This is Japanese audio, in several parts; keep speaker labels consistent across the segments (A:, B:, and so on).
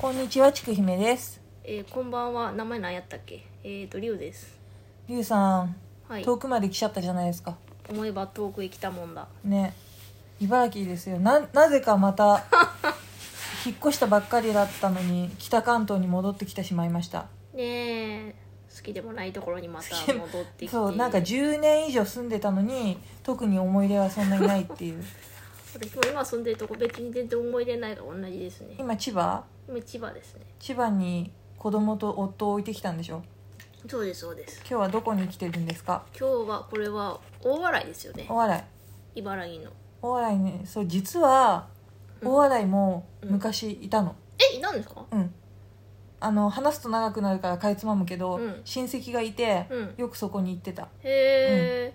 A: こんにちは、ちくひめです。
B: えー、こんばんは名前何やったっけえー、とリュウです
A: りゅうさん、
B: はい
A: 遠くまで来ちゃったじゃないですか。
B: 思えば遠くへ来たもんだ
A: ね。茨城ですよ。な、なぜかま た、引っ越したばっかりだったのに、北関東に戻ってきてしまいました。
B: ねえ好きでもないところにまた
A: 好き
B: 戻ってきて
A: そう、なんか10年以上住んでたのに、特に思い出はそんなにないっていう。
B: 私も今住んでるとこ別に全然思い出ないが同じですね
A: 今、千葉
B: 今千葉ですね
A: 千葉に子供と夫を置いてきたんでしょ
B: そうですそうです
A: 今日はどこに来てるんですか
B: 今日はこれは大洗ですよね
A: お笑い。
B: 茨城の
A: お笑いね、そう、実は、
B: うん
A: お笑いも昔いたの。
B: えいたんですか
A: うん、あの話すと長くなるからかいつまむけど、
B: うん
A: 親戚がいて、
B: うん
A: よくそこに行ってた
B: へえ、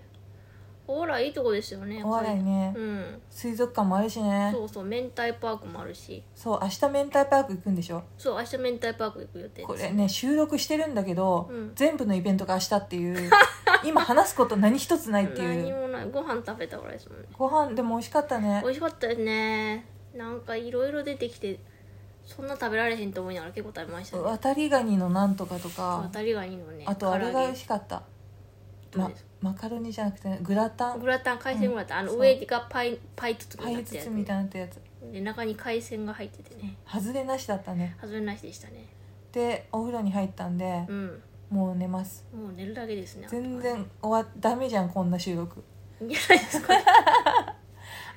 B: 大洗いいとこですよね
A: お笑いね、
B: うん
A: 水族館もあるしね
B: そうそう明太パークもあるし
A: そう明日明太パーク行くんでしょ
B: そう明日明太パーク行く予定です
A: これね収録してるんだけど、
B: うん
A: 全部のイベントが明日って いう今話すこと何一つないってい
B: 何
A: う
B: もないご飯食べたぐらいですもんね
A: ご飯でも美味しかったね
B: 美味しかったですねなんかいろいろ出てきてそんな食べられへんと思いながら結構食べましたね
A: 渡りガニのなんとかとか
B: 当たりがいいのね
A: あとあれ
B: 唐
A: が
B: 揚
A: 美
B: げ
A: 味しかった、
B: どう
A: ま
B: ですか、
A: マカロニじゃなくてグラタン
B: グラタン海鮮グラタ
A: う
B: ン、
A: ん
B: あ
A: そ
B: の
A: う
B: 上がパイパイ包
A: パ
B: みにな
A: イ
B: って
A: 包
B: る
A: みみ
B: や
A: たいなってやつ
B: つで中に海鮮が入っててね
A: 外れなしだったね
B: 外れなしでしたね
A: でお風呂に入ったんで
B: う、ん
A: もう寝ます
B: もう寝るだけですね
A: 全然終わダメじゃんこんな収録
B: いいんじゃないです か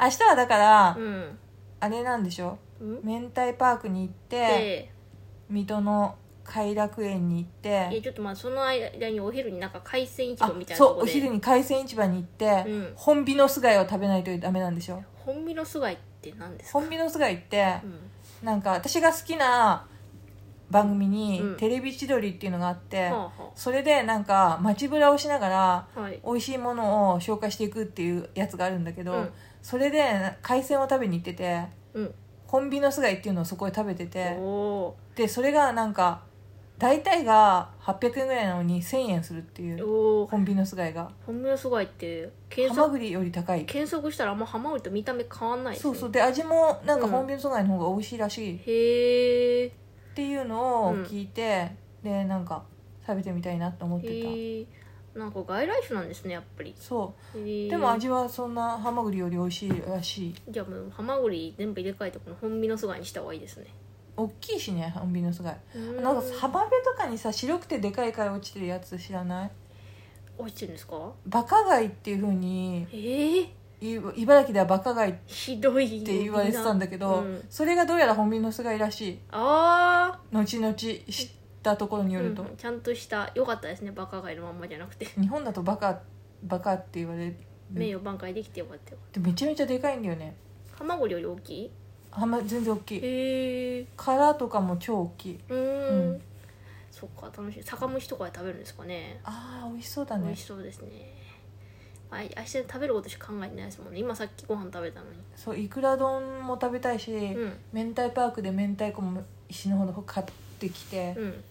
A: 明日はだから、
B: うん
A: あれなんでしょ
B: うん
A: 明太パークに行って、
B: で
A: 水戸の偕楽園に行っ
B: いや
A: て
B: ちょっとまあその間にお昼になんか海鮮市
A: あ
B: 場みたいなと
A: そう
B: こ
A: お
B: で
A: 昼に海鮮市場に行って、
B: うん
A: 本美の巣貝を食べないとダメなんでしょ
B: 本身の素貝って何ですか
A: 本美の巣貝って
B: う、ん
A: なんか私が好きな番組に、
B: うん
A: テレビ千鳥っていうのがあって、
B: はあは
A: それでなんか街ぶらをしながら
B: あはい
A: 美味しいものを紹介していくっていうやつがあるんだけど、
B: うん
A: それで海鮮を食べに行ってて
B: うん
A: ホンビノス貝っていうのをそこで食べてて
B: おお
A: でそれがなんか大体が800円ぐらいなのに1000円するってい
B: ー
A: う
B: おー
A: ホンビノス貝が
B: 本名すごいって検
A: ハマ
B: 索
A: グリより高い
B: 検索したらあんまハマグリと見た目変わんないです
A: そ
B: ね
A: うそうで味もなんか
B: うん
A: ホンビノス貝の方が美味しいらしいっ
B: へえ
A: ていうのを
B: うん
A: 聞いて、でなんか食べてみたいなと思ってた
B: へえなんか外来種なんですねやっぱり
A: そ
B: へ
A: う
B: ー
A: でも味はそんなハマグリより美味しいらしい
B: じゃあもうハマグリ全部入れ替えてこの本身の素貝にした方がいいですね
A: 大きいしねホンビノス貝な
B: な
A: んか浜辺とかにさ白くてでかい貝落ちてるやつ知らない
B: 落ちてるんですか
A: バカ貝っていうふうに
B: ええ
A: い茨城ではバカ貝って
B: ひどい
A: って言われてたんだけど、
B: うん
A: それがどうやら本ンビノス貝らしい
B: ああ
A: 後々知ったところによると、
B: ちゃんとした良かったですねバカ貝のまんまじゃなくて
A: 日本だとバカバカって言われる
B: 名誉挽回できてよかったよ
A: でめちゃめちゃでかいんだよね
B: ハマグリより大きい
A: あんま全然大きい
B: へえ
A: 殻とかも超大きいう
B: ーん、
A: うん
B: そっか楽しい酒蒸しとかで食べるんですかね
A: あー美味しそうだ
B: 美
A: ね
B: 味しそうですねあ明日食べることしか考えてないですもんね今さっきご飯食べたのに
A: そういくら丼も食べたいし、
B: うん
A: 明太パークで明太子も死ぬほど買ってきて、
B: うん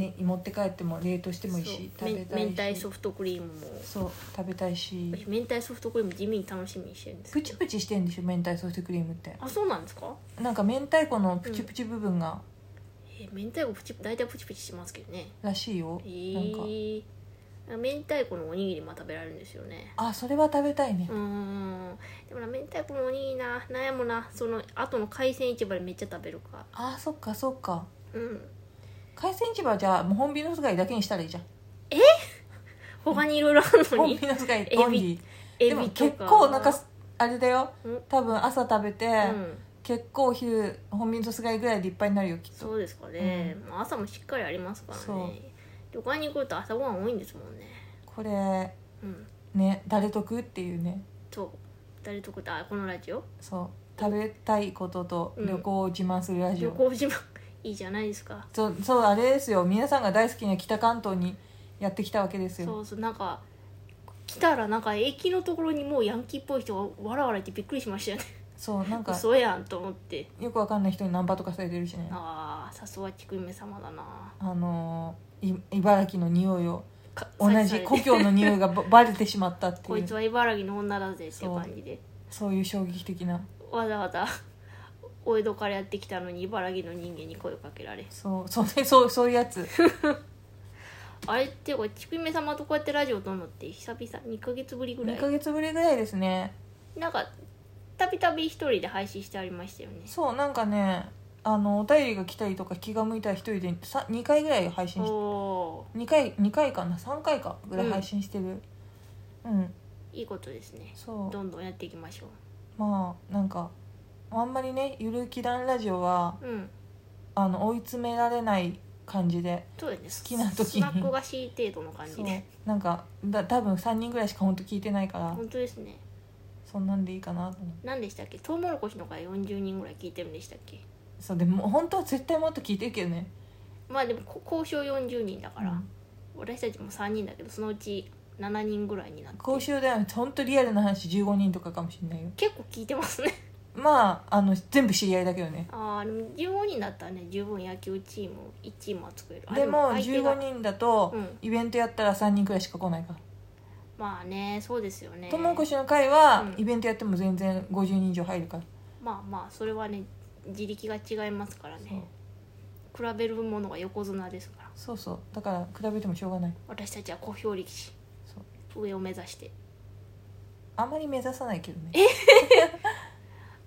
A: ね、持って帰っても冷凍してもいいし
B: そ
A: 食
B: う
A: べたいし
B: め明太ソフトクリームも
A: そう食べたいし
B: 私明太ソフトクリーム地味に楽しみにしてるんです
A: プチプチしてんでしょ明太ソフトクリームって
B: あそうなんですか
A: なんか明太子のプチプチ部分が、
B: えー明太子プチ大体プチプチしますけどね
A: らしいよ、
B: え
A: なんか
B: ー、明太子のおにぎりも食べられるんですよね
A: あそれは食べたいね
B: う、ーんでもな明太子のおにぎりな悩むなその後の海鮮市場でめっちゃ食べるか
A: あそっかそっか
B: うん
A: 海鮮市場はじゃあもう本ビノス貝だけにしたらいいじゃん
B: 他にいろいろあるの
A: 本
B: に
A: ビノス貝
B: エビ
A: オンリー
B: エ
A: でも
B: ビと
A: 結
B: か
A: 構なんかあれだよ
B: うん
A: 多分朝食べて、
B: うん
A: 結構お昼本ビノス貝ぐらいでいっぱいになるよきっと
B: そうですかね、まあ朝もしっかりありますから
A: そう
B: ね旅館に来ると朝ごはん多いんですもんね
A: これ
B: うん
A: ね誰得っていうね
B: そう誰とこだこのラジオ
A: そう食べたいことと
B: うん
A: 旅行を自慢するラジオ、
B: 旅行自慢いいじゃないですか
A: そうそうあれですよ皆さんが大好きな北関東にやってきたわけですよ
B: そうそうなんか来たらなんか駅のところにもうヤンキーっぽい人がわらわらいてびっくりしましたよね
A: そうなんか
B: 嘘やんと思って
A: よくわかんない人にナンパとかされてるしね
B: ああさすがちくめ様だな
A: あのーい茨城の匂いを
B: か
A: 同
B: さっきさ
A: じ
B: れて
A: 故郷の匂いがば バレてしまったって
B: こ
A: い
B: いつ
A: う
B: は茨城の女だぜっていう感じで
A: そういう衝撃的な
B: わざわざ お江戸からやってきたのに茨城の人間に声をかけられ
A: そうそうねそうそういうや つ
B: あれっていうかちくめ様とこうやってラジオ撮るのって久々2ヶ月ぶりぐら
A: 2
B: い
A: ヶ月ぶりぐらいですね
B: なんかたびたび一人で配信してありましたよね
A: そうなんかねあのお便りが来たりとか気が向いたら一人でさ2回ぐらい配信
B: お
A: し
B: お
A: 2回二回かな3回かぐらい配信してるうん、
B: ーいいことですね
A: そ
B: どんどんやっていきましょ
A: うまあなんかあんまりねゆるきだんラジオは
B: ううん
A: あの追い詰められない感じで
B: そうです
A: 好きな時に
B: スナック菓子程度の感
A: そ
B: じ
A: う
B: で
A: なんかだ多分3人ぐらいしか本当聞いてないから
B: 本当ですね
A: そんなんでいいかなと思う
B: 何でしたっけトウモロコシの回40人ぐらい聞いてるんでしたっけ
A: そうでも本当は絶対もっと聞いてるけどね
B: まあでもこ交渉40人だから、
A: うん
B: 私たちも3人だけどそのうち7人ぐらいになって
A: 公衆では本当リアルな話15人とかかもしれないよ
B: 結構聞いてますね
A: まああの全部知り合いだけどね
B: ああでも15人だったらね十分野球チーム1チームは作れるあ
A: でも
B: 相手が
A: 15人だと
B: うん
A: イベントやったら3人くらいしか来ないから
B: まあねそうですよね
A: ともこしの会は
B: うん
A: イベントやっても全然50人以上入るから
B: まあまあそれはね自力が違いますからね比べるものが横綱ですから
A: そうそうだから比べてもしょうがない
B: 私たちは小兵力士
A: そう
B: 上を目指して
A: あまり目指さないけどね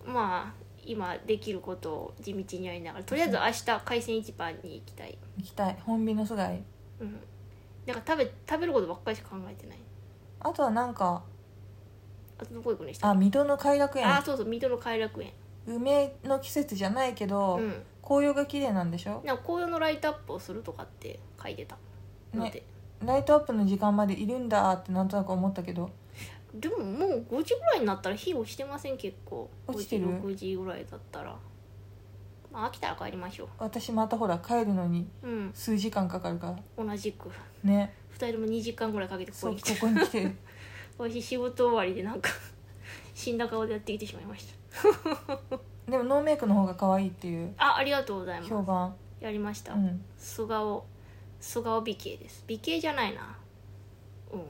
B: まあ今できることを地道にやりながらとりあえず明日海鮮市場に行きたい
A: 行きたい本美の素貝
B: うんなんか食べ食べることばっかりしか考えてない
A: あとはなんか
B: あとどこ行くんでした
A: あ
B: っ
A: 水戸の偕楽
B: け
A: 園
B: あそうそう水戸の偕楽園
A: 梅の季節じゃないけど、
B: うん
A: 紅葉が綺麗なんでしょ、
B: なんか紅葉のライトアップをするとかって書いてたので、
A: ね、ライトアップの時間までいるんだってなんとなく思ったけど
B: でももう5時ぐらいになったら火落ちてません結構
A: 落ちてる
B: 5時6時ぐらいだったらまあ飽きたら帰りましょ
A: 私またほら帰るのに
B: ううん
A: 数時間かかるから
B: 同じく
A: ね
B: 2人とも2時間ぐらいかけてここ
A: そう
B: に
A: こ
B: 来て
A: こに来 てる
B: 私仕事終わりでなんか 死んだ顔でやってきてしまいました
A: でもノーメイクの方が可愛いっていう
B: あありがとうございま
A: 評判
B: すやりました、
A: うん
B: 素顔素顔美形です美形じゃないなうん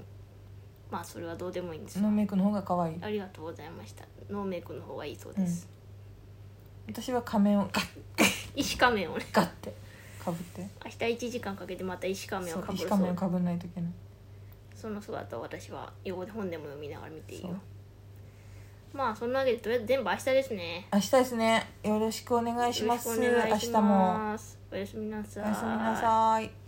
B: まあそれはどうでもいいんです
A: ノー
B: が
A: メイクの方が可愛い
B: ありがとうございましたノーメイクの方がいいそうです、
A: 私は仮面をガッ
B: 石仮面をね
A: ガッてかぶって
B: 明日1時間かけてまた石仮面を
A: そう
B: かぶ
A: 石
B: る
A: 仮
B: そ
A: 面を
B: う
A: かぶんないといけない
B: その姿を私は英語で本でも読みながら見ていい
A: そ
B: よ
A: う
B: まあそんなわけでとりあえず全部明日ですね
A: 明日ですねよろしくお願いします
B: よろしくお願いし
A: 明日も
B: ますおやすみなさ
A: おやすみなさい